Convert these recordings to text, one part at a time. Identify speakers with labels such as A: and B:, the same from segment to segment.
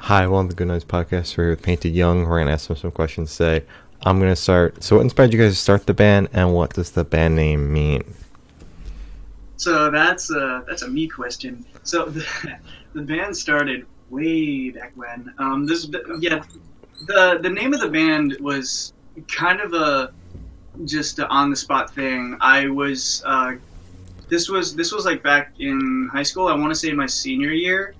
A: Hi, welcome to Good Nights Podcast. We're here with Painted Young. We're going to ask them some questions today. I'm going to start. So, what inspired you guys to start the band, and what does the band name mean?
B: So that's a that's a me question. So the, the band started way back when. Um, this yeah, the the name of the band was kind of a just on the spot thing. I was uh, this was this was like back in high school. I want to say my senior year,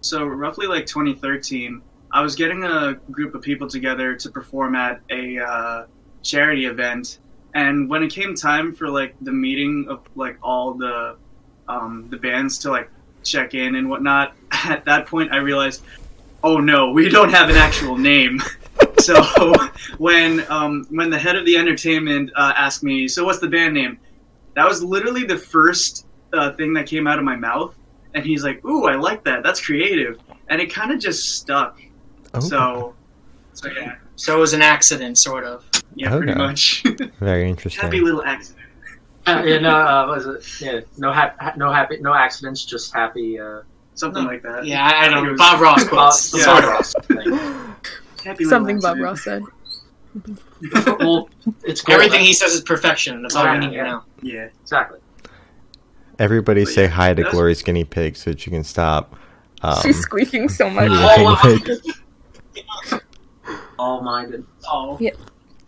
B: so roughly like 2013. I was getting a group of people together to perform at a uh, charity event, and when it came time for like the meeting of like all the um, the bands to like check in and whatnot, at that point I realized, oh no, we don't have an actual name. so when um, when the head of the entertainment uh, asked me, so what's the band name? That was literally the first uh, thing that came out of my mouth, and he's like, ooh, I like that. That's creative, and it kind of just stuck.
A: Oh.
B: So so yeah,
C: So it was an accident, sort of.
B: yeah, pretty
A: Okay.
B: much.
A: Very
B: Happy
A: interesting.
B: little accident.
D: Uh, yeah, no, uh, what is it? Yeah, no, hap- ha- no happy, no accidents, just happy. Uh,
B: Something like that.
C: Yeah, I, I don't
B: It
C: know.
B: was-
C: Bob Ross quotes.
D: uh,
B: yeah.
D: sort of thing.
B: Happy little
E: Something Bob
B: accident.
E: Ross said.
D: well, it's cool,
C: Everything
D: right?
C: he says is perfection. That's all
D: Yeah,
C: we need
D: yeah.
C: to know.
B: Yeah.
D: exactly.
A: Everybody say hi to
B: That's-
A: Glory's guinea pig so that you can stop. Um,
E: She's squeaking so much.
A: being
C: Oh,
A: a guinea pig.
D: All minded.
C: Oh,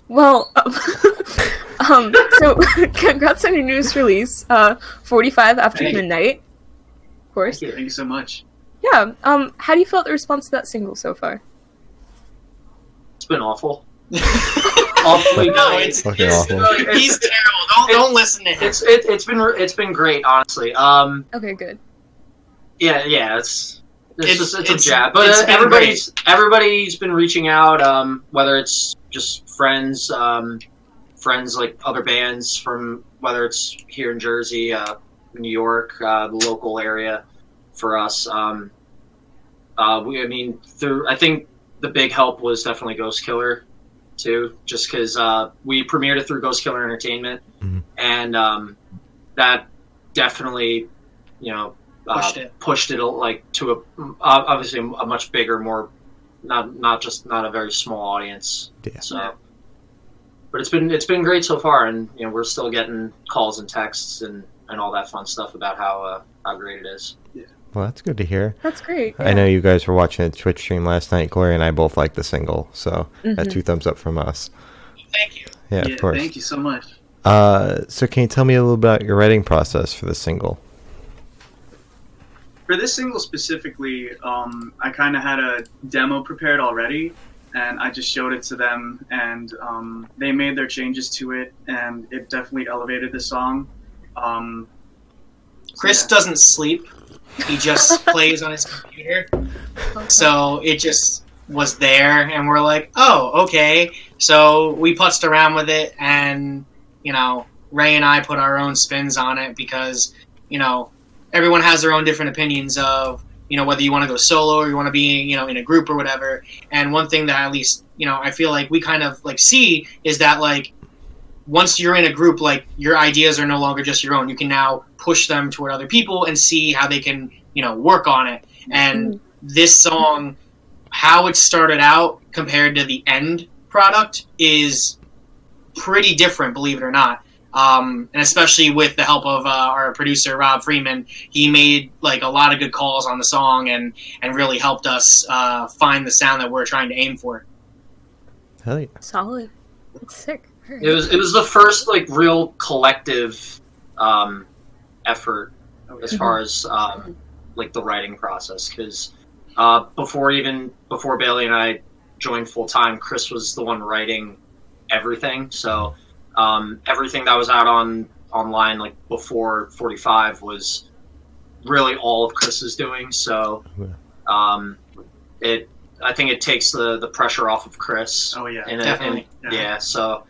E: Well, um, so congrats on your newest release, uh, 45 After
C: Thank you.
E: Midnight, of course.
B: Thank you so much.
E: Yeah, um, how do you feel about the response to that single so far?
D: It's been awful.
C: awfully
D: Awfully
C: no,
D: great.
C: it's,
A: Okay,
C: it's-
A: awful.
C: no, he's terrible. Don't don't listen to him.
D: It's it, it's been re- it's been great, honestly. Um,
E: Okay, good.
D: yeah, yeah, it's. It's,
C: It's-
D: just it's,
C: it's-
D: a jab, but
C: it's
D: uh,
C: been
D: everybody's everybody's been reaching out. Um, whether it's just friends, um, friends like other bands from whether it's here in Jersey, uh, New York, uh, the local area for us. Um, uh, we, I mean, through I think the big help was definitely Ghost Killer, too, just because uh, we premiered it through Ghost Killer Entertainment,
A: Mhm.
D: and um, that definitely, you know, uh,
C: Pushed it.
D: pushed it like to a ob- obviously a much bigger, more not not just not a very small audience.
A: Yeah.
D: So. But it's been it's been great so far, and you know we're still getting calls and texts and, and all that fun stuff about how uh, how great it is.
A: Well, that's good to hear.
E: That's great.
A: I know you guys were watching a Twitch stream last night. Glory and I both liked the single, so
E: Mm-hmm.
A: that's two thumbs up from us.
C: Thank you.
A: Yeah, of course.
B: Thank you so much.
A: Uh, so, can you tell me a little about your writing process for the single?
B: For this single specifically, um, I kind of had a demo prepared already, and I just showed it to them, and um, they made their changes to it, and it definitely elevated the song. Um, so
C: Chris doesn't sleep. He just plays on his computer. So it just was there, and we're like, oh, okay. So we putzed around with it, and, you know, Ray and I put our own spins on it because, you know, everyone has their own different opinions of, you know, whether you want to go solo or you want to be, you know, in a group or whatever. And one thing that at least, you know, I feel like we kind of like see is that, like, once you're in a group, like your ideas are no longer just your own. You can now push them toward other people and see how they can, you know, work on it. And this song, how it started out compared to the end product is pretty different, believe it or not. Um, and especially with the help of uh, our producer Rob Freeman, he made like a lot of good calls on the song and and really helped us uh, find the sound that we're trying to aim for.
A: Hell yeah.
E: Solid. That's sick. Alright.
D: It was it was the first like real collective um, effort as far as um, like the writing process because uh, before even before Bailey and I joined full time, Chris was the one writing everything. So um, everything that was out on online like before forty five was really all of Chris's doing. So
A: Yeah.
D: um, it I think it takes the the pressure off of Chris
B: Oh yeah.
D: in a-
C: Definitely.
D: in- yeah. so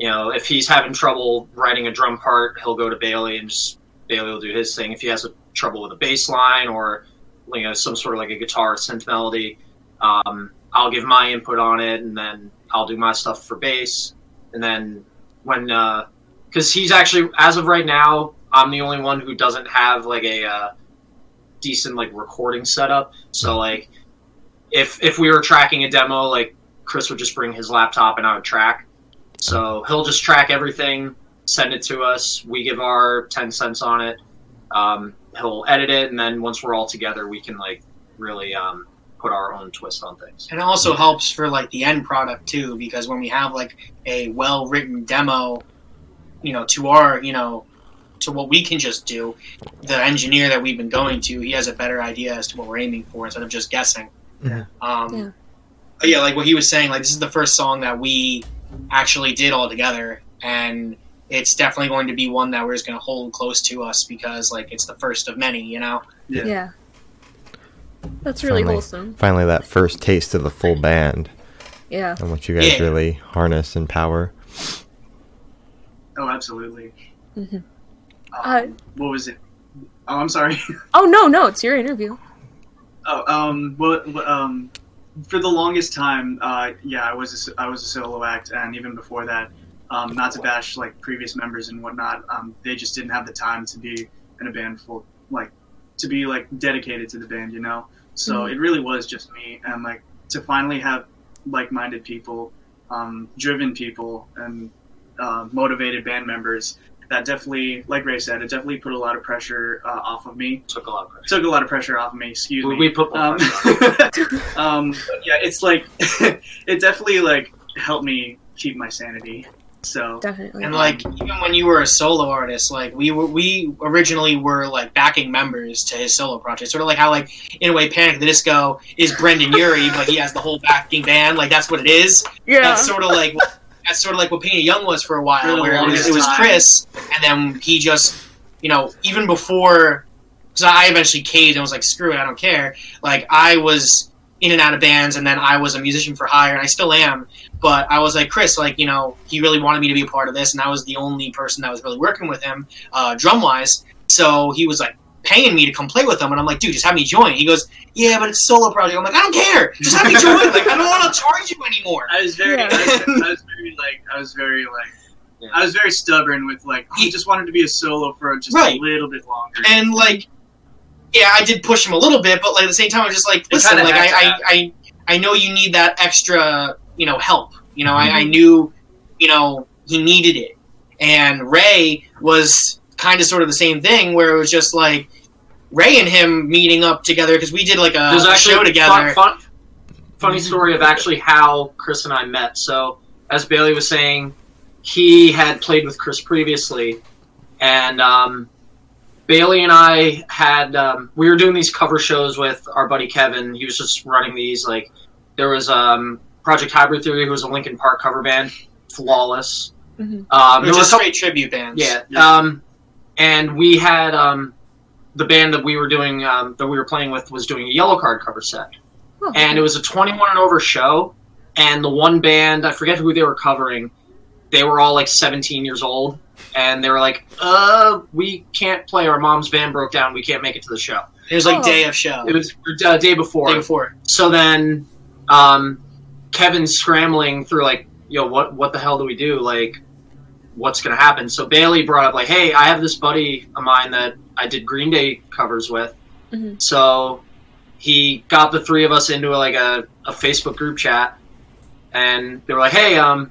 D: you know, if he's having trouble writing a drum part, he'll go to Bailey and just Bailey will do his thing. If he has a trouble with a bass line or you know some sort of like a guitar or synth melody, um, I'll give my input on it, and then I'll do my stuff for bass. And then when because he's actually as of right now, I'm the only one who doesn't have like a uh, decent like recording setup. So like if if we were tracking a demo, like Chris would just bring his laptop and I would track. So he'll just track everything, send it to us. We give our ten cents on it. Um, he'll edit it, and then once we're all together, we can like really um, put our own twist on things.
C: And it also helps for like the end product too, because when we have like a well written demo, you know, to our you know, to what we can just do, the engineer that we've been going to, he has a better idea as to what we're aiming for instead of just guessing.
A: Yeah.
C: Um,
E: Yeah.
C: but yeah, like what he was saying, like this is the first song that we actually did all together, and it's definitely going to be one that we're just going to hold close to us because like it's the first of many, you know.
B: Yeah.
E: Yeah. That's really
A: Finally.
E: wholesome.
A: Finally, that first taste of the full band
E: Yeah.
A: and what you guys
C: Yeah.
A: really harness and power.
B: Oh, absolutely.
E: Mhm.
B: Um,
E: Uh,
B: what was it? Oh, I'm sorry.
E: oh no, no, it's your interview.
B: Oh, um, well, well, um, for the longest time, uh, yeah, I was a s I was a solo act, and even before that, um, not to bash like previous members and whatnot, um, they just didn't have the time to be in a band full, like, to be like dedicated to the band, you know. So
E: Mhm.
B: it really was just me, and like to finally have like-minded people, um, driven people, and uh, motivated band members. That definitely, like Ray said, it definitely put a lot of pressure uh, off of me.
D: Took a lot of pressure.
B: Took a lot of pressure off of me. Excuse
D: We,
B: me
D: we put more
B: um,
D: pressure on. it.
B: um, but yeah, it's like it definitely like helped me keep my sanity. So
E: Definitely.
C: And like even when you were a solo artist, like we were we originally were like backing members to his solo project. Sort of like how like in a way Panic at the Disco is Brendan Urie, but he has the whole backing band, like that's what it is.
E: yeah.
C: That's sort of like that's sort of like what Pena Young was for a while,
B: For the
C: where it was,
B: longest
C: it was
B: time.
C: Chris and then he just you know, even before because I eventually caved and was like, screw it, I don't care. Like I was in and out of bands and then I was a musician for hire and I still am but I was like, Chris, like, you know, he really wanted me to be a part of this, and I was the only person that was really working with him, uh, drum wise. So he was like paying me to come play with him, and I'm like, dude, just have me join. He goes, yeah, but it's a solo project. I'm like, I don't care. Just have me join. Like, I don't want to charge you anymore.
B: I was very,
E: Yeah.
B: I, was, I was very like, I was very like,
D: Yeah.
B: I was very stubborn with like, I just wanted to be a solo for just
C: Right.
B: a little bit longer.
C: And like, yeah, I did push him a little bit, but like at the same time, I'm just like, listen,
D: kinda
C: like
D: had to
C: I, I, I, I know you need that extra, you know, help. You know, I, I
D: Mm-hmm.
C: knew, you know, he needed it. And Ray was kind of sort of the same thing, where it was just like Ray and him meeting up together because we did like a,
D: There's
C: a
D: actually
C: show together.
D: Fun, fun, funny story of actually how Chris and I met. So, as Bailey was saying, he had played with Chris previously, and um, Bailey and I had um, we were doing these cover shows with our buddy Kevin. He was just running these. Like there was um, Project Hybrid Theory, who was a Linkin Park cover band, flawless.
E: Mhm.
D: Um,
C: It was
D: there was a
C: just
D: couple-
C: straight tribute bands.
D: yeah. Um, and we had um, the band that we were doing um, that we were playing with was doing a yellow card cover set,
E: Oh,
D: and it was a 21 and over show. And the one band, I forget who they were covering, they were all like 17 years old, and they were like, "Uh, we can't play. Our mom's van broke down. We can't make it to the show."
C: It was like
E: Oh.
C: day of show.
D: It was uh, day before.
C: day before.
D: So then, um, Kevin's scrambling through like, yo, what what the hell do we do? Like, what's gonna happen? So Bailey brought up like, hey, I have this buddy of mine that I did Green Day covers with.
E: Mhm.
D: So he got the three of us into like a, a Facebook group chat, and they were like, hey, um.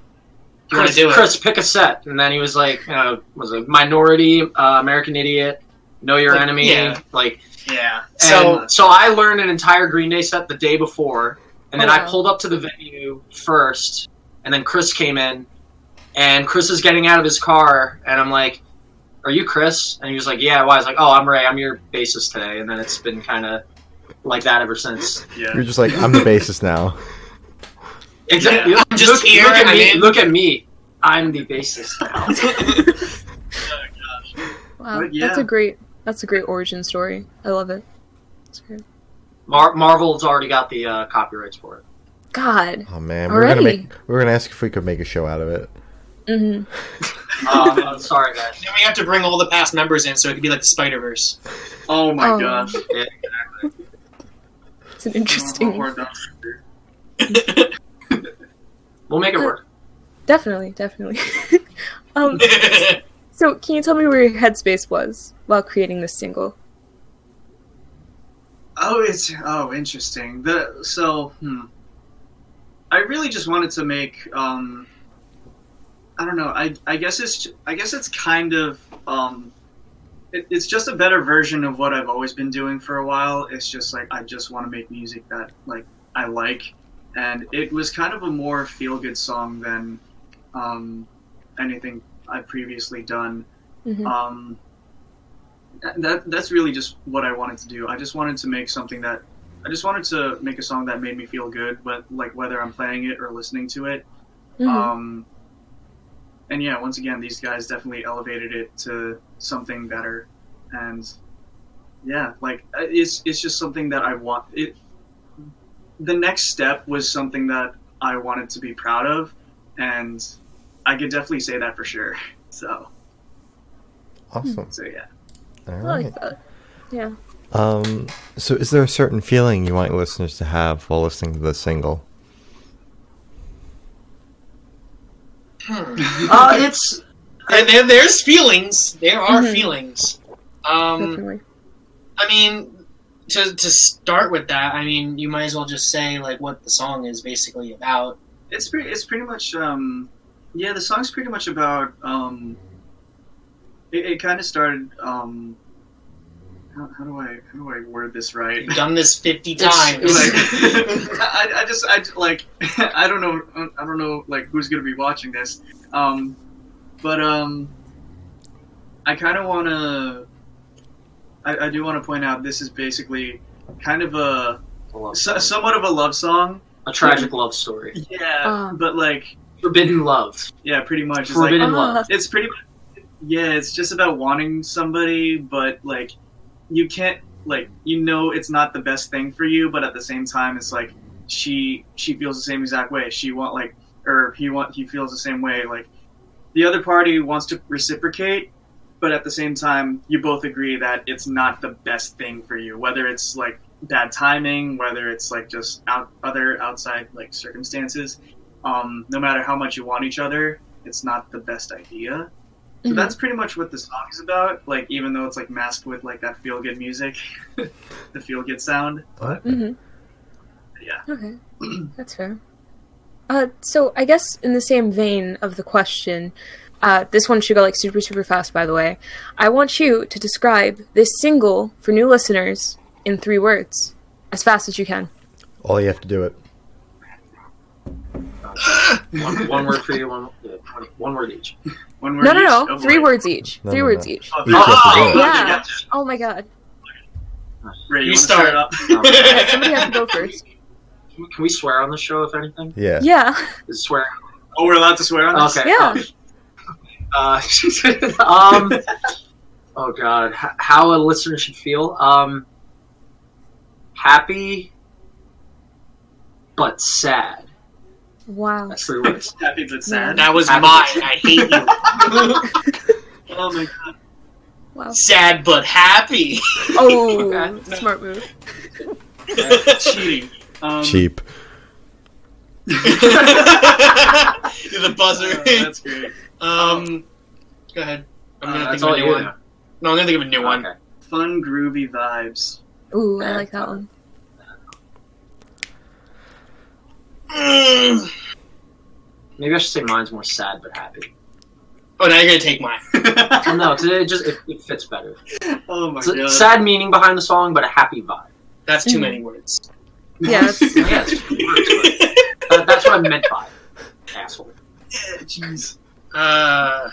C: You wanna
D: Chris,
C: do it?
D: Chris, pick a set, and then he was like, uh, "Was a minority, uh, American Idiot, Know Your
C: Like,
D: Enemy,
C: yeah.
D: like
B: yeah,
C: So-
D: so, so I learned an entire Green Day set the day before, and then
E: Oh,
D: I
E: wow.
D: pulled up to the venue first, and then Chris came in, and Chris is getting out of his car, and I'm like, "Are you Chris?" And he was like, "Yeah." Why? I was like, "Oh, I'm Ray. I'm your bassist today," and then it's been kind of like that ever since.
B: yeah.
A: You're just like, I'm the bassist now.
D: Exactly.
C: I'm just
D: look,
C: here,
D: Look at
C: I'm
D: me.
C: in.
D: Look at me. I'm the bassist now.
E: wow.
B: But yeah.
E: That's a great that's a great origin story. I love it. It's great.
D: Mar- Marvel's already got the uh, copyrights for it.
E: God.
A: Oh man, we were gonna
E: Already?
A: make, we were gonna ask if we could make a show out of it.
E: hmm
D: Um, I'm sorry, guys.
C: Then we have to bring all the past members in, so it could be like the Spider Verse.
B: Oh my
E: Oh.
B: gosh, Oh,
E: It's an interesting
B: Or the-
D: We'll make it work.
E: Definitely, definitely. um so can you tell me where your headspace was while creating this single?
B: Oh, it's oh interesting. The so hmm. I really just wanted to make um. I don't know. I I guess it's I guess it's kind of um. It, it's just a better version of what I've always been doing for a while. It's just like I just want to make music that like I like, and it was kind of a more feel good song than um, anything I've previously done.
E: Mhm.
B: Um, that that's really just what I wanted to do. I just wanted to make something that I just wanted to make a song that made me feel good, but like whether I'm playing it or listening to it.
E: Mhm.
B: Um, and yeah, once again, these guys definitely elevated it to something better, and yeah, like uh, it's it's just something that I want. It the next step was something that I wanted to be proud of, and I could definitely say that for sure. So
A: Awesome.
B: so yeah.
A: All
E: I
A: right.
E: like that. Yeah.
A: Um, so is there a certain feeling you want listeners to have while listening to the single?
C: Hmm.
D: Uh, it's
C: And there, there's feelings. There are
E: Mhm.
C: feelings. Um,
E: Definitely.
C: I mean, to to start with that, I mean, you might as well just say like what the song is basically about.
B: It's pretty. It's pretty much. Um, yeah, the song's pretty much about. Um, it it kind of started. Um, how, how do I how do I word this right?
C: You've done this fifty
D: It's-
C: times.
B: like, I, I just I like I don't know I don't know like who's gonna be watching this, um, but um, I kind of wanna. I, I do want to point out this is basically kind of a
D: a, love
B: so,
D: story.
B: somewhat of a love song.
D: a tragic love story.
B: Yeah,
E: Ah.
B: but like
D: Forbidden love.
B: yeah, pretty much. It's like-
D: Forbidden
E: Ah.
D: love.
B: it's pretty much yeah it's just about wanting somebody but like you can't like you know it's not the best thing for you but at the same time it's like she she feels the same exact way she want like or he want he feels the same way like the other party wants to reciprocate but at the same time you both agree that it's not the best thing for you whether it's like bad timing whether it's like just out other outside like circumstances um, no matter how much you want each other it's not the best idea. So
E: Mhm.
B: that's pretty much what the song is about. Like even though it's like masked with like that feel good music, the feel good sound. But
E: hmm
B: Yeah.
E: Okay, that's fair. Uh, so I guess in the same vein of the question, uh, this one should go like super super fast. By the way, I want you to describe this single for new listeners in three words, as fast as you can.
A: All you have to do it.
D: One, one word for you. One, yeah, one- one word each.
B: one word
E: No,
B: each?
E: no,
B: Oh,
E: no, three
B: boy.
E: words each.
A: No,
E: three
A: no,
E: words
A: no.
E: each.
B: Oh,
A: You just have to do it.
E: Yeah.
B: yeah.
E: Oh my god!
B: Ray, you,
C: You
B: wanna
C: start.
B: start up.
D: Um,
E: Somebody has to go first.
D: can can we swear on the show if anything?
A: Yeah.
E: Yeah.
D: Is swear?
B: Oh, we're allowed to swear on this.
D: Okay.
E: Yeah.
D: Uh, um. Oh God, H- how a listener should feel. Um. Happy, but sad.
E: Wow.
D: That's three words.
B: Happy but sad.
C: that was mine.
D: Happy.
C: I hate you.
B: Oh my god.
E: Wow.
C: Sad but happy.
E: Oh,
D: Okay.
E: smart move.
B: Cheating. Um,
A: Cheap.
C: the buzzer.
B: uh, that's great.
C: um, go ahead. I'm gonna
D: Uh,
C: think
D: that's
C: of
D: all
C: a new
D: you
C: one. No, I'm gonna think of a new one.
D: Okay.
B: Fun groovy vibes.
E: Ooh, I like that one.
C: Mm.
D: Maybe I should say mine's more sad but happy.
C: Oh, now you're gonna take mine.
D: Well, no, 'cause it just it, it fits better.
B: Oh my
D: It's a
B: god.
D: sad meaning behind the song, but a happy vibe.
C: That's too
E: Mm.
C: many words.
E: Yeah, that's-
D: Yeah, it's three words, but
C: Uh,
D: that- that's what I meant by it, asshole.
B: Jeez.
C: uh,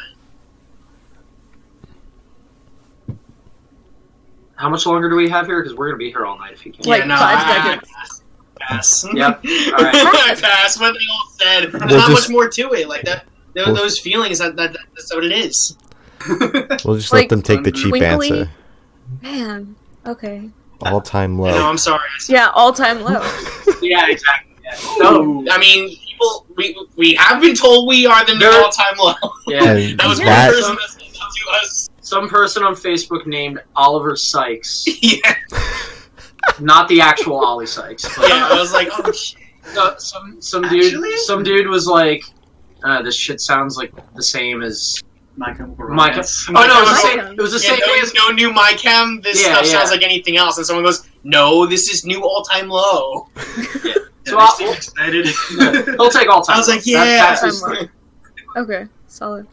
D: How much longer do we have here? Because we're gonna be here all night if you can.
E: Like
C: yeah, no,
E: five
C: I, I
E: seconds.
C: pass. pass.
D: Yep. right.
C: I pass. What they all said. There's
A: We'll
C: not
A: just-
C: much more to it. Like that. tho-
A: We'll-
C: Those feelings. That, that, that- that's what it is.
A: We'll just
E: Like,
A: let them take the cheap
E: twinkly?
A: answer.
E: Man. Okay.
A: All time
C: No,
A: low.
C: I'm sorry. I said-
E: Yeah, all time low.
D: yeah, exactly. Yeah. No.
B: Oh.
C: I mean, people. We we have been told we are the new
D: There-
C: all-time low.
D: Yeah.
A: And
C: That was one
A: that-
C: person that said that to us.
D: Some person on Facebook named Oliver Sykes,
C: Yeah.
D: not the actual Ollie Sykes, but uh,
C: Yeah. I was like, oh shit.
D: so- some some dude
B: Actually?
D: some dude was like, uh, "This shit sounds like the same as
B: My Chemical
D: My Chem-
B: Romance.
D: Oh no, it was the
E: My
D: same.
E: Chem.
D: It was the
C: Yeah,
D: same
C: no,
D: way as
C: no new my chem. This
D: Yeah,
C: stuff
D: yeah.
C: sounds like anything else. And someone goes, "No, this is new all time low."
B: Yeah,
D: So
B: they
D: I'll-
B: seem excited.
D: He'll take all time.
C: I was like,
D: That-
C: "Yeah,
D: that's
E: time
D: his
E: low.
D: thing.
E: Okay, solid.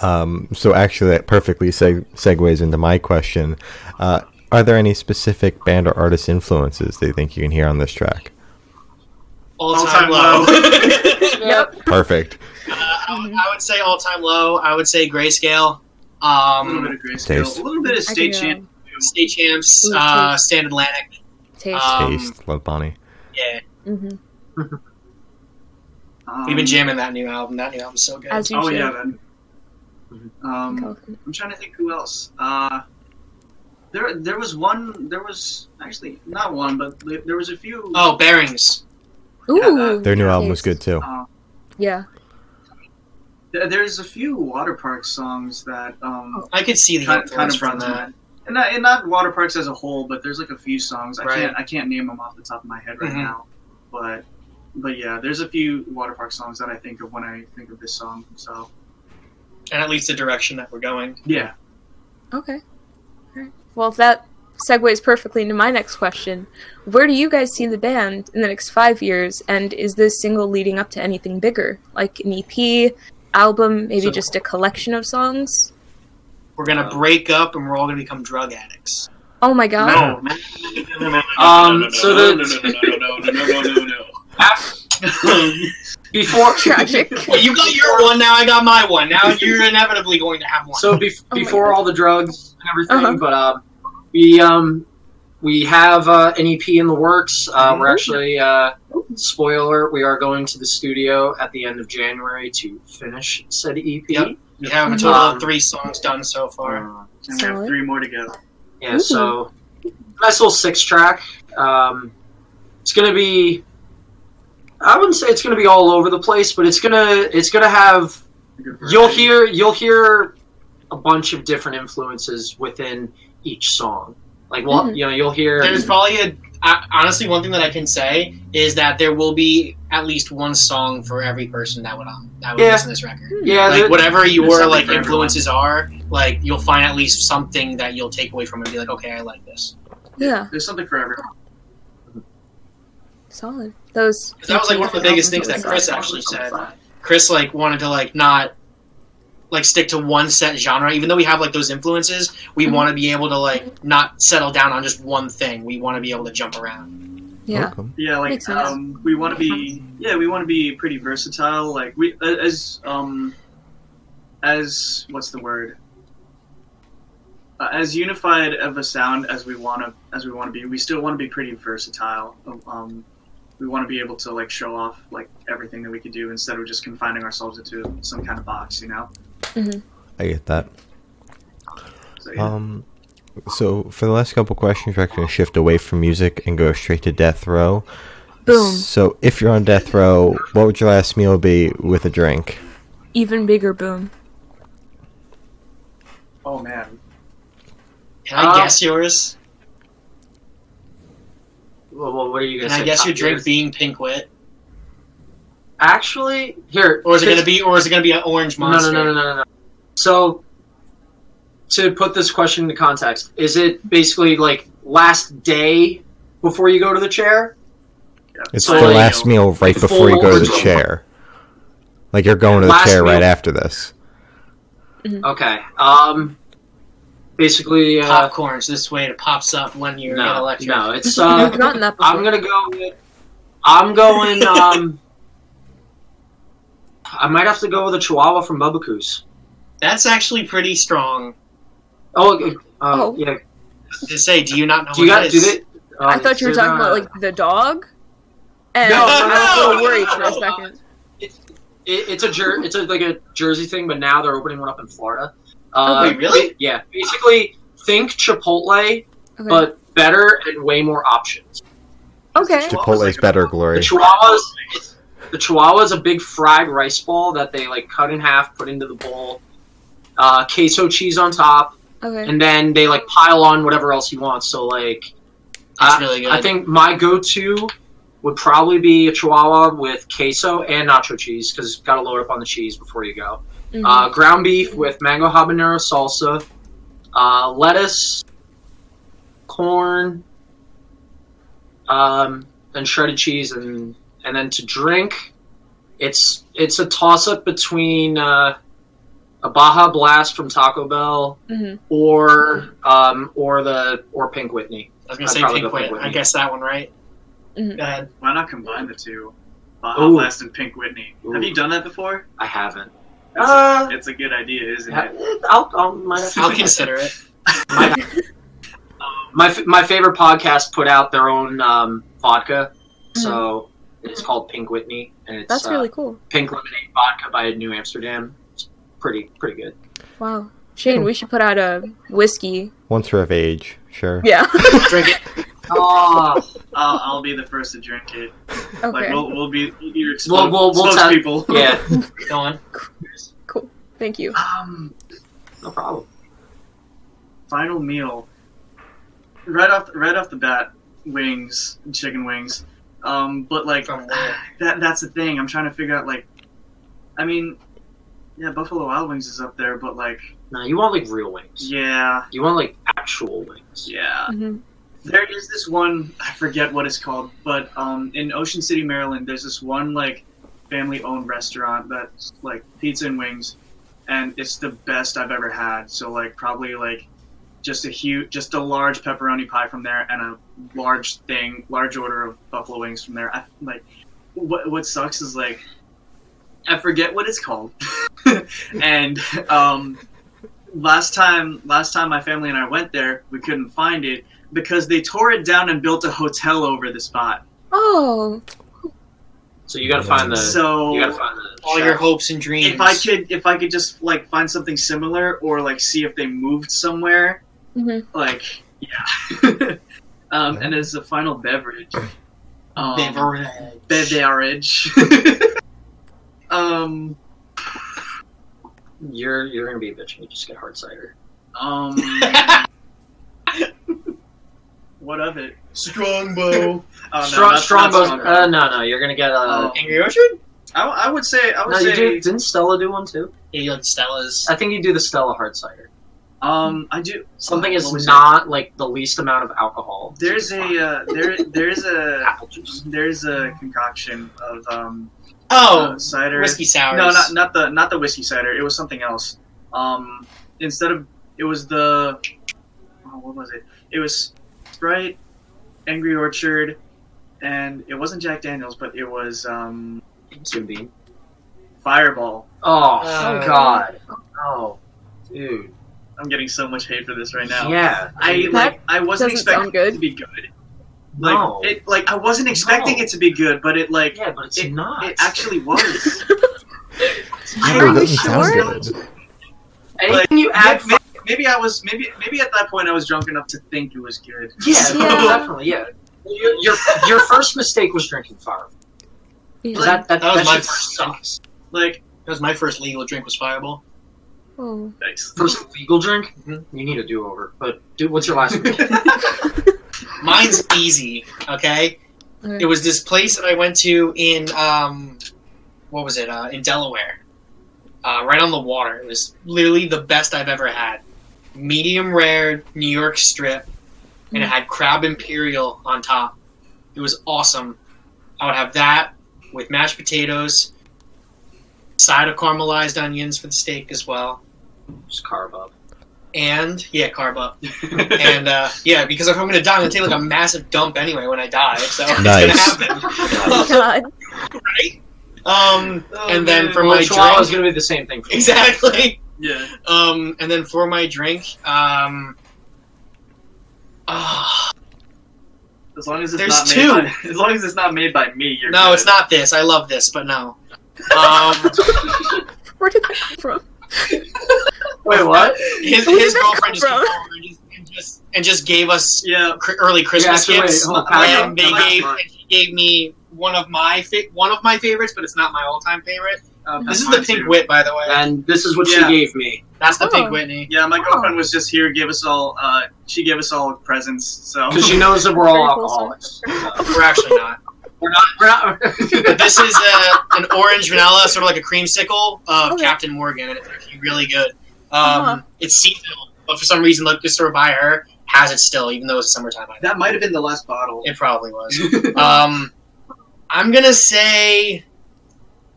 A: Um, so actually, that perfectly seg- segues into my question. Uh, are there any specific band or artist influences that you think you can hear on this track?
C: All
B: All-time
C: time low.
E: Yep.
A: Perfect.
C: Uh, I
E: Mm-hmm.
C: would- I would say all time low. I would say grayscale.
B: a little bit
C: Um,
B: of grayscale,
A: Taste.
B: Mm. a little bit of
E: I
B: state
E: can,
B: champ.
C: state champs.
E: Ooh,
C: Uh,
E: taste.
C: stand Atlantic.
E: Taste.
C: Um,
A: Taste, love Bonnie.
C: Yeah,
E: hmm
B: Um,
C: we've been jamming that new album. That new album's so good.
E: As you
B: Oh
E: should.
B: yeah, man. Um,
E: Elephant.
B: I'm trying to think who else. Uh, there, there was one. There was actually not one, but there there was a few.
C: oh, bearings.
E: Ooh.
A: Their new album was good
E: taste.
A: too.
B: Uh,
E: Yeah.
B: there- there's a few water park songs that um,
C: I could see the
B: kind, kind
C: influence
B: of
C: from
B: from
C: that.
B: that. And not, and not water parks as a whole, but there's like a few songs. I
C: Right.
B: can't I can't name them off the top of my head right
C: Mhm.
B: now, but but yeah, there's a few water park songs that I think of when I think of this song. So
C: And at least the direction that we're going.
B: yeah,
E: Okay. Alright. Well, that segues perfectly into my next question. Where do you guys see the band in the next five years? And is this single leading up to anything bigger, like an EP, album, maybe
D: So-
E: just a collection of songs?
C: We're gonna
D: Uh,
C: break up, and we're all gonna become drug addicts.
E: Oh my god.
B: No.
D: Um, so the- Before
E: Tragic.
C: Well, you got your one. Now I got my one. Now you're inevitably going to have one.
D: so bef
E: Oh my
D: before
E: God.
D: all the drugs and everything,
E: Uh-huh.
D: but um, we um, we have uh, an EP in the works. Uh,
E: Mm-hmm.
D: we're actually uh, spoiler. We are going to the studio at the end of January to finish said E EP.
C: Yep. we have
E: Mm-hmm.
C: a total of three songs done so far.
D: Uh,
B: and we have
E: Solid.
B: three more to go.
D: yeah, so
E: Mm-hmm.
D: nice little six track. Um, it's gonna be. I wouldn't say it's gonna be all over the place, but it's gonna it's gonna have
B: A good
D: you'll
B: variety.
D: hear you'll hear a bunch of different influences within each song. Like well,
E: Mhm.
D: you know, you'll hear
C: There's probably a I- honestly one thing that I can say is that there will be at least one song for every person that would um, that would
D: Yeah.
C: listen to this record.
D: yeah,
C: Like
D: there-
C: whatever your
B: something
C: like
B: for everyone.
C: influences are, like you'll find at least something that you'll take away from it and be like, okay, I like this.
E: Yeah,
B: There's something for everyone.
E: solid. Those. E
C: That was like one of the biggest things that Chris
E: Awesome.
C: actually said. Chris like wanted to like not like stick to one set genre even though we have like those influences we
D: Mm-hmm.
E: Mhm.
C: want to be able to like not settle down on just one thing we want to be able to jump around
E: Yeah.
A: Welcome.
B: Yeah, like
E: Makes sense.
B: um, we want to be. Yeah, we want to be pretty versatile. Like we a- as um, as what's the word? Uh, as unified of a sound as we want to as we want to be. We still want to be pretty versatile. Um, we want to be able to like show off like everything that we could do instead of just confining ourselves into some kind of box. You know.
A: I get that.
B: So, yeah.
A: Um, so for the last couple questions, we're going to shift away from music and go straight to death row.
E: Boom.
A: So if you're on death row, what would your last meal be with a drink?
E: Even bigger boom.
B: oh man.
C: can i
D: Uh,
C: guess yours
D: Well, well, what are you
C: can
D: gonna
C: i
D: say?
C: guess
D: Top
C: your drink
D: tiers?
C: being pink wit
D: Actually, here
C: or is it gonna be or is it gonna be an orange
D: No, no,
C: monster
D: no, no, no, no. no. So to put this question into context, is it basically like last day before you go to the chair?
A: It's
D: So,
A: the
D: like,
A: last meal right before you go to the
D: full-
A: chair. Like you're going to the
D: Last
A: chair right
D: meal.
A: after this.
D: Okay. Um basically uh
C: popcorn so this way it pops up when you get
D: no,
C: electric
D: no, it's
E: I've
D: uh
E: gotten that before.
D: I'm gonna go with. I'm going. Um, I might have to go with a Chihuahua from Bubacus.
C: that's actually pretty strong
D: Oh, uh, oh.
E: Oh.
D: yeah.
C: to say do you not know
D: Do you
C: what
D: got?
C: it
D: Do
C: is?
D: they? Oh,
E: I thought you were
D: they're
E: talking about
D: not-
E: like the dog. And oh,
D: No,
E: I was a
D: no,
E: little worried
D: no,
E: for a
D: no.
E: second.
D: It, it's a jer- It's a, like a Jersey thing, but now they're opening one up in Florida. Uh,
C: wait, really?
D: Yeah. Basically, think Chipotle,
E: Okay.
D: but better and way more options.
E: okay.
B: Well,
A: Chipotle's
B: like a-
A: better
D: The
A: glory.
D: Chihuahuas. It's, the Chihuahua is a big fried rice ball that they like cut in half, put into the bowl. Uh, queso cheese on top.
E: Okay.
D: and then they like pile on whatever else he wants. So like,
C: that's really good
D: uh, I think my go-to would probably be a Chihuahua with queso and nacho cheese because got to load up on the cheese before you go.
E: Mhm.
D: uh, ground beef with mango habanero salsa, uh, lettuce, corn, um, and shredded cheese, and and then to drink, it's it's a toss up between uh, a Baja Blast from Taco Bell
E: Mhm.
D: or um, or the or Pink Whitney.
C: I was gonna
D: I'd
C: say
D: probably
C: Pink
D: go Pink
C: Whit. I
D: Whitney.
C: guess that one, right?
E: Mhm.
C: Go ahead.
B: Why not combine the two? Baja
D: Ooh.
B: Blast and Pink Whitney. Have
D: Ooh.
B: you done that before?
D: I haven't.
B: It's,
D: Uh,
B: a, it's a good idea, isn't
D: ha-
B: it?
D: I'll, I'll, might have to-
C: I'll consider it.
D: my f- my favorite podcast put out their own um, vodka, so it's called Pink Whitney, and it's
E: Mm-hmm. That's
D: uh,
E: really cool.
D: Pink Lemonade Vodka by New Amsterdam. It's pretty pretty good.
E: Wow. Shane, we should put out a whiskey.
A: Once we're of age, sure.
E: Yeah.
C: Drink it.
D: Oh,
B: I'll, I'll be the first to drink it. Like
E: Okay.
B: we'll, we'll be your expo-
D: We'll- we'll- we'll tell-
B: spokespeople.
D: yeah,
C: Go on.
E: Thank you.
D: uh,
B: Um,
D: no problem.
B: final meal. Right off, right off the bat, wings, chicken wings. Um, but like
C: From where?
B: that, that's the thing. I'm trying to figure out. Like, I mean, yeah, Buffalo Wild Wings is up there, but like,
D: No, you want like real wings.
B: yeah,
D: You want like actual wings.
B: yeah.
E: Mhm.
B: There is this one. I forget what it's called, but um, in Ocean City, Maryland, there's this one like family-owned restaurant that's like pizza and wings, and it's the best I've ever had. So like probably like just a huge, just a large pepperoni pie from there, and a large thing, large order of buffalo wings from there. I, like what what sucks is like I forget what it's called, and um, last time last time my family and I went there, we couldn't find it because they tore it down and built a hotel over the spot.
E: Oh,
D: So you gotta find the.
B: So
D: Uh, you gotta find the.
C: All
D: chef.
C: your hopes and dreams.
B: if I could if I could just like find something similar or like see if they moved somewhere,
E: Mhm.
B: like yeah. um, and as a final beverage, um,
C: Beverage.
B: beverage. um,
D: You're you're gonna be a bitch when you just get hard cider.
B: um, what of it?
C: Strongbow.
B: Oh, no,
D: Strong,
B: that's not
D: Strongbow.
B: Strongbow.
D: Uh, no, no, you're gonna get uh,
B: Oh.
C: Angry Orchard?
B: I, I would say I would
D: no, you
B: say
D: do, didn't Stella do one too?
C: Yeah, you like Stella's.
D: I think you do the Stella hard cider.
B: um I do
D: Something
B: what
D: is
B: was
D: not like the least amount of alcohol.
B: it? There's a uh, there there's a
D: apple juice.
B: there's a concoction of um
C: Oh,
B: uh, cider.
C: whiskey sours.
B: No, not not the not the whiskey cider. It was something else. Um, instead of it was the oh, what was it? It was Sprite, Angry Orchard, and it wasn't Jack Daniels, but it was um
D: Jim Beam.
B: Fireball.
D: Oh,
C: Oh.
D: God. Oh, dude.
B: I'm getting so much hate for this right now.
D: Yeah.
B: I
E: That
B: like I wasn't
E: doesn't sound
B: expecting it
E: good.
B: to be good. Like
D: no.
B: it like I wasn't expecting
D: No.
B: it to be good, but it like
D: yeah, but it's
B: it-
D: not.
B: it actually was.
A: Yeah,
E: Are
A: but it doesn't
E: you
A: sound
E: sure?
A: good.
D: Anything you add,
B: maybe, maybe I was maybe maybe at that point I was drunk enough to think it was good.
D: yeah,
E: Yeah.
D: definitely, yeah. Your, your your first mistake was drinking fire.
E: yeah.
D: That that,
C: That was
D: that
C: my
D: shit
C: first
D: sucks.
B: Like,
C: That was my first legal drink was Fireball.
E: oh.
B: thanks.
D: First legal drink,
C: Mhm.
B: Mm-hmm.
D: you need a do over. But dude, what's your last? one?
C: Mine's easy, okay? It was this place that I went to in, um, what was it, uh, in Delaware. Uh, right on the water. It was literally the best I've ever had. Medium rare New York strip, and it had crab imperial on top. It was awesome. I would have that with mashed potatoes, side of caramelized onions for the steak as well.
D: Just carve up.
C: and yeah, carb up. and uh, yeah, because if I'm gonna die, I'm gonna take like a massive dump anyway when I die. So
A: Nice.
C: it's gonna happen.
E: God.
C: Um,
B: Oh,
C: and then
B: man.
C: for
D: Well,
C: my
D: Chihuahua is
C: drink,
D: gonna be the same thing. For you.
C: exactly.
B: Yeah.
C: Um, and then for my drink, um, ah,
B: As long as it's
C: There's
B: not made by, as long as it's not made by me, you're
C: no,
B: good.
C: it's not this. I love this, but no. Um,
E: Where did that come from?
D: Wait, what?
C: his,
E: Where did
C: his
E: that
C: girlfriend
E: come
C: just came
E: from?
C: over and just, and just and just gave us
B: Yeah.
C: cr- early Christmas
D: actually, wait,
C: gifts.
D: hold on.
C: and they
B: oh, Come on,
C: gave
B: come on.
C: and he gave me one of my fa- one of my favorites, but it's not my all time favorite.
B: Um,
C: This is
B: mine
C: the Pink
B: too.
C: Wit, by the way.
D: And this is what
B: Yeah.
D: she gave me.
C: That's the
E: Oh.
C: Pink Whitney.
B: Yeah, my girlfriend was just here, gave us all uh she gave us all presents, so
D: Because she knows that we're all
E: Very close
D: alcoholics.
C: We're actually not.
D: We're not. We're not.
C: But this is uh an orange vanilla, sort of like a creamsicle of
E: Okay.
C: Captain Morgan. It's actually really good. Um,
E: Uh-huh.
C: It's seasonal, but for some reason, look, this store by her has it still, even though it's summertime. item.
B: That might have been the last bottle.
C: It probably was. um, I'm gonna say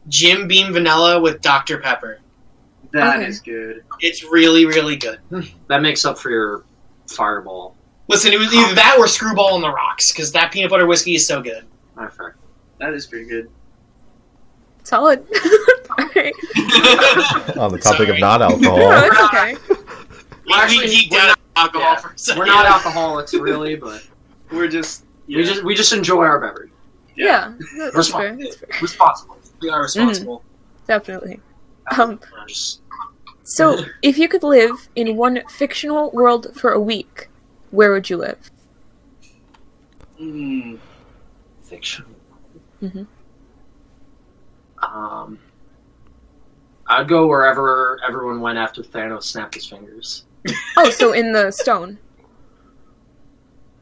C: Jim Beam Vanilla with Dr Pepper.
B: That is
E: Okay.
B: good.
C: It's really, really good.
D: that makes up for your fireball.
C: Listen, it was either that or Screwball on the Rocks because that peanut butter whiskey is so good.
D: Matter of fact,
B: That is pretty good.
E: Solid. All right.
A: On the topic
C: Sorry.
A: of not
E: No,
A: alcohol,
E: it's okay.
C: We
D: Actually,
C: geeked
D: we're
C: out
D: not-
C: on alcohol
D: yeah.
C: for a second.
D: we're not alcoholics really, but
B: We're just. Yeah.
D: we just we just enjoy our beverage
E: Yeah, that- that's
D: Respon-
E: fair. That's fair.
D: responsibly.
C: We are responsible.
E: Definitely. Um,
D: We're just-
E: so, if you could live in one fictional world for a week, where would you live?
B: Mm,
D: fiction.
E: Mhm.
D: Um, I'd go wherever everyone went after Thanos snapped his fingers.
E: Oh, so in the stone.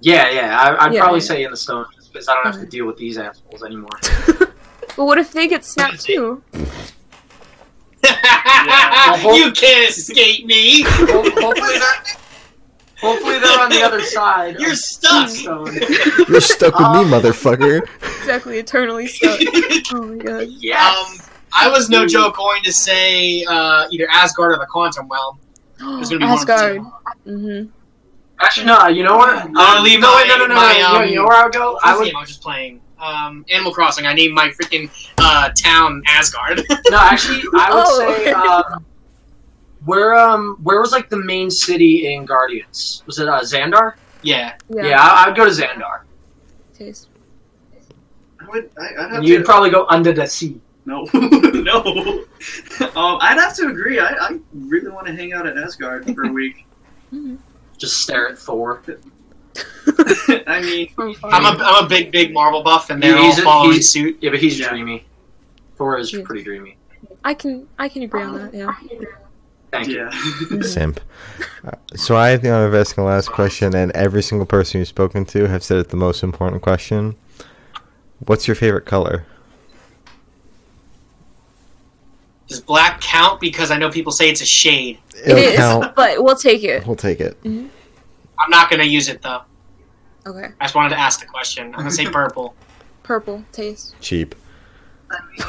D: Yeah, yeah. Mm-hmm. I, I'd
E: Yeah,
D: probably
E: yeah.
D: say in the stone because I don't have to deal with these assholes anymore.
E: But what if they get snapped too?
B: Yeah.
D: Well,
C: you can't escape me.
D: Ho- hopefully, they're, hopefully they're on the other side. of
C: You're stuck.
D: Stone.
A: you're stuck with
D: Um,
E: Uh,
A: me, motherfucker.
E: Exactly, eternally stuck. oh my god.
C: Um,
D: Yes.
C: I was no joke going to say uh, either Asgard or the Quantum Realm. There's gonna be one of the
E: Asgard.
C: two.
E: Mm-hmm.
D: Actually, no. You know what?
B: I'm
C: gonna leave
D: no,
C: my-
D: wait, no, no, no,
C: um, my,
D: no,
C: um,
D: no, You know where I would go? I
C: I,
D: would.
C: I was just playing um, Animal Crossing. I named my freaking uh, town Asgard.
D: No, actually, I would
E: Oh,
D: say.
E: okay.
D: Um, where um where was like the main city in Guardians? Was it uh, Xandar?
C: yeah,
E: Yeah.
D: I, I'd go to Xandar.
E: Taste.
B: I would. I, I'd have
D: And you'd
B: to.
D: probably go under the sea.
B: no. no. Um, I'd have to agree. I, I really want to hang out at Asgard for a week.
D: Just stare at Thor.
B: I mean,
C: I'm a I'm a big big Marvel buff, and they're
D: He's-
C: all following
D: he's-
C: suit.
D: Yeah, but he's
B: Yeah.
D: dreamy. Thor is
E: Yeah.
D: pretty dreamy.
E: I can I can agree on that. Yeah.
D: Thank you.
B: yeah.
A: Simp. Uh, So I think I'm asking the last question, and every single person you've spoken to have said it's the most important question. What's your favorite color?
C: Does black count? Because I know people say it's a shade.
E: It is, but we'll take it.
A: We'll take it.
C: I'm not gonna use it though.
E: Okay.
C: I just wanted to ask the question. I'm gonna say purple,
E: Purple taste.
A: Cheap.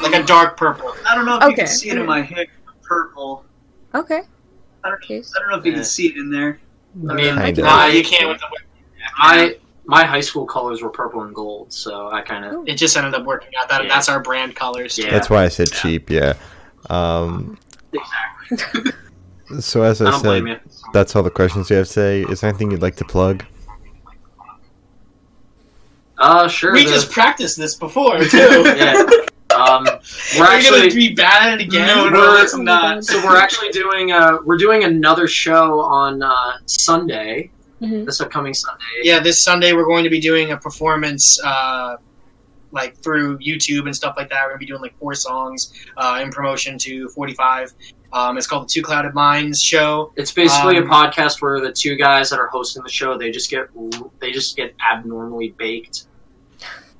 C: like a dark purple.
B: I don't know if you
E: Okay.
B: can see it in my hair. Purple.
E: Okay.
B: I don't,
E: Taste.
B: I don't know if you
D: Yeah.
B: can see it in there. Uh,
D: I mean,
A: Kinda.
C: Nah, you can't. With the,
D: my my high school colors were purple and gold, so I kind of
E: Ooh.
C: it just ended up working out. That
D: Yeah.
C: that's our brand colors.
D: Yeah.
A: That's why I said cheap. Yeah. Um, so as
D: I
A: I
D: don't blame
A: said,
D: you.
A: that's all the questions we have today. Is there anything you'd like to plug?
D: Uh, sure.
C: We
D: the-
C: just practiced this before too.
D: yeah. Um, we're
C: We're
D: actually
C: gonna be bad at it again.
B: No, no,
D: we're-
B: it's not.
D: so we're actually doing uh we're doing another show on uh, Sunday
E: Mm-hmm.
D: this upcoming Sunday.
C: yeah, this Sunday we're going to be doing a performance, uh, like through YouTube and stuff like that. We're gonna be doing like four songs uh, in promotion to 45. Um, it's called the Two Clouded Minds Show.
D: It's basically
C: Um,
D: a podcast where the two guys that are hosting the show they just get they just get abnormally baked,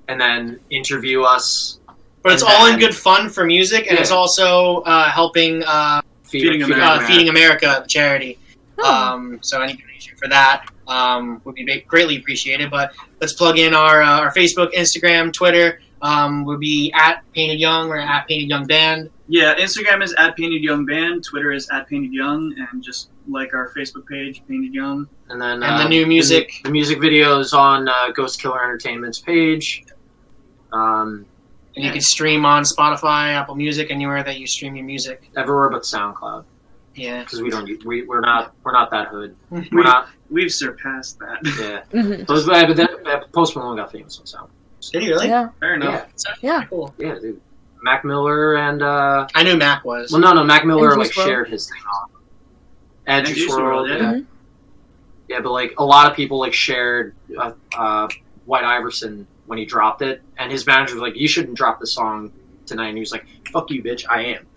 D: and then interview us
C: But it's
D: And
C: all in
D: then-
C: good fun for music, and it's
D: Yeah.
C: also uh, helping uh,
B: Feeding
D: feed-
B: America.
C: uh, Feeding America, the charity.
E: Oh.
C: Um, so any donation for that um, would be ma- greatly appreciated. But let's plug in our uh, our Facebook, Instagram, Twitter. Um, would be at Painted Young or at Painted Young Band.
B: Yeah, Instagram is at Painted Young Band, Twitter is at Painted Young, and just like our Facebook page, Painted Young.
D: and then
C: And the
D: uh,
C: new music.
D: The, music video is on uh, Ghost Killer Entertainment's page. Um,
C: And you can stream on Spotify, Apple Music, anywhere that you stream your music.
D: everywhere but SoundCloud
C: Yeah.
D: because we don't u- we we're not we're not that hood. We're
B: We,
D: not.
B: we've surpassed that.
D: Yeah.
E: hmm
D: Those, but then, but Post Malone got famous on SoundCloud.
C: Did he really?
E: Yeah.
B: Fair enough.
D: Yeah.
C: That's actually
E: Yeah.
C: Cool.
D: Yeah, dude. Mac Miller and uh,
C: I knew Mac was.
D: Well, no, no. Mac Miller
E: Andrew
D: like
E: Swirl?
D: shared his thing on Andrew,
B: Andrew
D: Swirl,
B: Swirl,
D: yeah.
B: yeah.
E: Mhm.
D: Yeah, but like a lot of people like shared uh, uh, White Iverson when he dropped it, and his manager was like, "You shouldn't drop the song tonight." And he was like, "Fuck you, bitch, I am."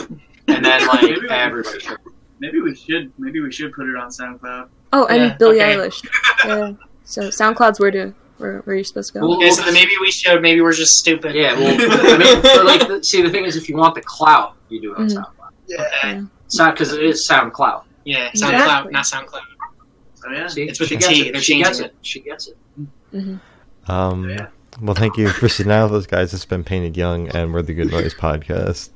D: And then like
B: Maybe we-
D: everybody, shared it.
B: Maybe we should maybe we should put it on SoundCloud.
E: Oh, and
C: Yeah,
E: Billie
C: okay.
E: Eilish. Yeah. So SoundCloud's where to where, where you're supposed to go.
D: Well,
C: Okay, so then maybe we should. Maybe we're just stupid.
D: Yeah, well, I mean, but like, the, see, the thing is, if you want the clout, you do it on
E: Mhm.
D: SoundCloud.
B: Yeah.
D: It's not because it is SoundCloud.
C: yeah, SoundCloud,
E: Exactly.
C: not SoundCloud.
B: Oh, yeah.
D: See,
C: It's with
D: she
C: the
D: gets
C: T,
D: it.
C: they're
D: she gets
C: changing
D: it. She gets it.
A: Um,
B: Yeah.
A: Well, thank you for sitting down with us, guys. It's been Painted Young, and we're the Good Noise Podcast.